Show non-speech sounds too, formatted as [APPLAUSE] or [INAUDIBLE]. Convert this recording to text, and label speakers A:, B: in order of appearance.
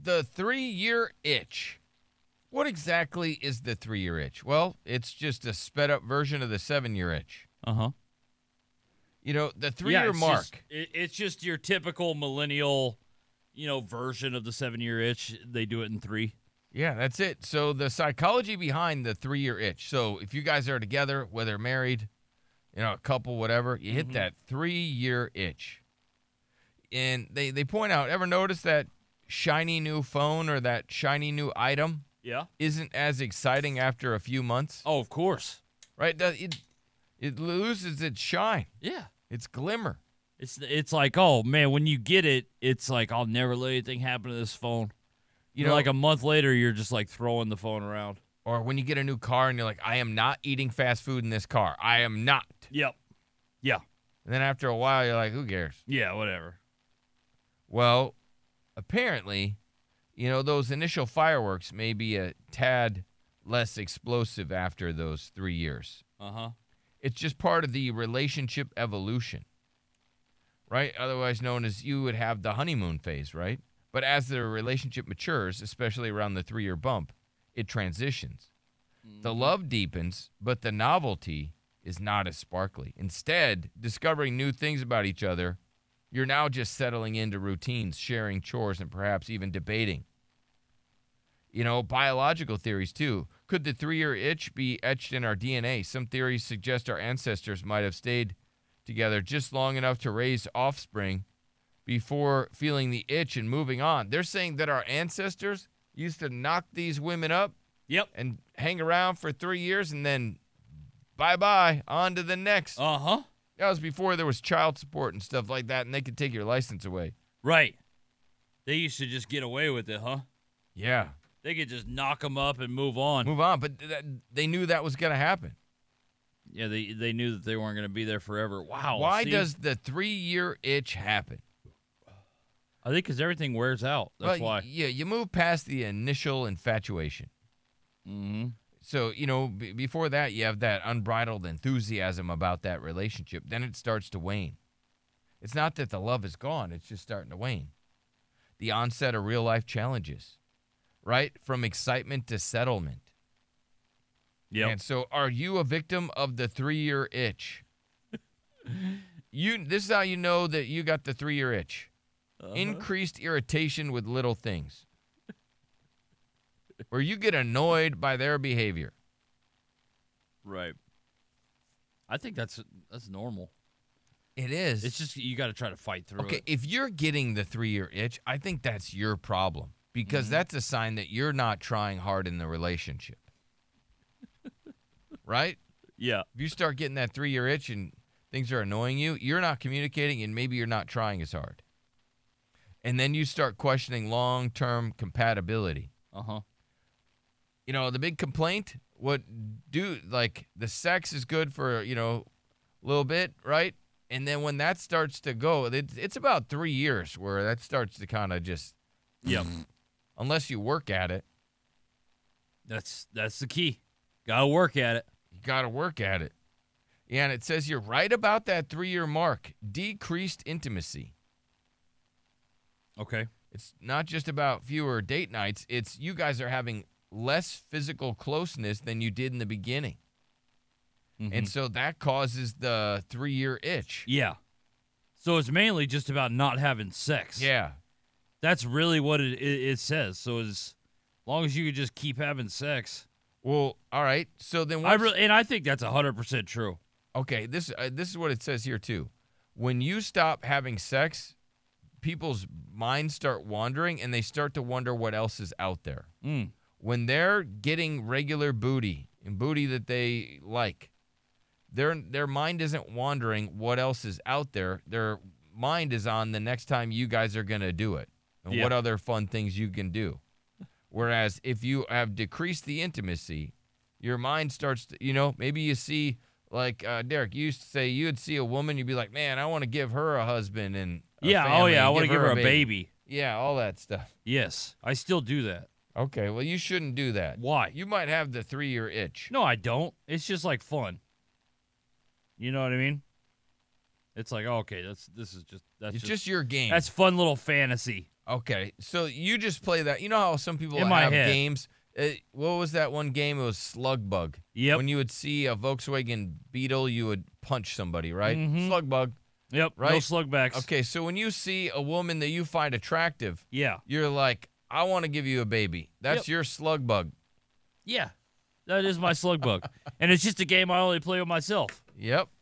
A: the three year itch. What exactly is the three year itch? Well, it's just a sped up version of the seven year itch.
B: Uh huh.
A: You know, the three year mark.
B: Just, it, it's just your typical millennial, you know, version of the seven year itch. They do it in three.
A: Yeah, that's it. So the psychology behind the three year itch. So if you guys are together, whether married, you know, a couple, whatever, you
B: Mm-hmm.
A: hit that three year itch. And they, they point out, ever notice that shiny new phone or that shiny new item
B: Yeah.
A: isn't as exciting after a few months?
B: Oh, of course.
A: Right? Does- It, it loses its shine,
B: Yeah.
A: its glimmer.
B: It's it's like oh man, when you get it, it's like I'll never let anything happen to this phone. You know, like a month later, you're just like throwing the phone around.
A: or when you get a new car and you're like, I am not eating fast food in this car. I am not.
B: Yep. Yeah.
A: And then after a while, you're like, who cares?
B: Yeah. Whatever.
A: Well, apparently, you know, those initial fireworks may be a tad less explosive after those three years.
B: Uh huh.
A: It's just part of the relationship evolution, right? Otherwise known as you would have the honeymoon phase, right? But as the relationship matures, especially around the three year bump, it transitions. The love deepens, but the novelty is not as sparkly. Instead, discovering new things about each other, you're now just settling into routines, sharing chores, and perhaps even debating. You know, biological theories too. Could the three year itch be etched in our DNA? Some theories suggest our ancestors might have stayed together just long enough to raise offspring before feeling the itch and moving on. They're saying that our ancestors used to knock these women up
B: Yep.
A: and hang around for three years and then bye bye, on to the next.
B: Uh huh.
A: That was before there was child support and stuff like that, and they could take your license away.
B: Right. They used to just get away with it, huh?
A: Yeah.
B: They could just knock them up and move on.
A: Move on. But th- that, they knew that was going to happen.
B: Yeah, they they knew that they weren't going to be there forever. Wow.
A: Why
B: Oh, see?
A: does the three year itch happen?
B: I think because everything wears out.
A: Well,
B: That's
A: y-
B: why.
A: Yeah, you move past the initial infatuation.
B: Mm-hmm.
A: So, you know, b- before that, you have that unbridled enthusiasm about that relationship. Then it starts to wane. It's not that the love is gone, it's just starting to wane. The onset of real life challenges, right? From excitement to settlement.
B: Yep.
A: And so, are you a victim of the three year itch? you. This is how you know that you got the three year itch.
B: Uh-huh.
A: Increased irritation with little things, where you get annoyed by their behavior.
B: Right. I think that's that's normal.
A: It is.
B: It's just you got to try to fight through
A: okay.
B: it.
A: If you're getting the three year itch, I think that's your problem because that's a sign that you're not trying hard in the relationship. [LAUGHS] right?
B: Yeah.
A: If you start getting that three year itch and things are annoying you, you're not communicating and maybe you're not trying as hard. And then you start questioning long term compatibility.
B: Uh huh.
A: You know, the big complaint, what do like the sex is good for, you know, a little bit, right? And then when that starts to go, it, it's about three years where that starts to kind of just,
B: Yep.
A: unless you work at it,
B: [LAUGHS] that's that's the key. Got to work at it.
A: You got to work at it. Yeah, and it says you're right about that three year mark decreased intimacy.
B: Okay.
A: It's not just about fewer date nights, it's you guys are having less physical closeness than you did in the beginning.
B: Mm-hmm.
A: And so that causes the three year itch.
B: Yeah. So it's mainly just about not having sex.
A: Yeah.
B: That's really what it it, it says. So as long as you could just keep having sex,
A: Well, all right. So then
B: I
A: once,
B: really and I think that's hundred percent true.
A: okay, this uh, this is what it says here too. When you stop having sex, people's minds start wandering and they start to wonder what else is out there.
B: Mm.
A: when they're getting regular booty and booty that they like, their their mind isn't wandering what else is out there. Their mind is on the next time you guys are gonna do it and
B: Yeah.
A: what other fun things you can do. Whereas if you have decreased the intimacy, your mind starts to you know maybe you see like uh, Derek you used to say you'd see a woman you'd be like man I want to give her a husband and a
B: yeah. Oh
A: family
B: yeah. I
A: and
B: want to give her a baby.
A: yeah all that stuff.
B: Yes. I still do that.
A: Okay, well you shouldn't do that.
B: Why?
A: You might have the three year itch.
B: No, I don't. It's just like fun. You know what I mean? It's like oh, okay, that's this is just that's
A: it's
B: just,
A: just your game.
B: that's fun little fantasy.
A: Okay, so you just play that. You know how some people
B: In my
A: have
B: head.
A: games. Uh what was that one game? It was Slug Bug.
B: Yep.
A: When you would see a Volkswagen Beetle, you would punch somebody, right?
B: Mhm.
A: Slug Bug.
B: Yep. No
A: Right?
B: slugbacks.
A: Okay, so when you see a woman that you find attractive,
B: Yeah.
A: you're like, I want to give you a baby. That's
B: Yep.
A: your Slug Bug.
B: Yeah. That is my slug bug. and it's just a game I only play with myself.
A: Yep.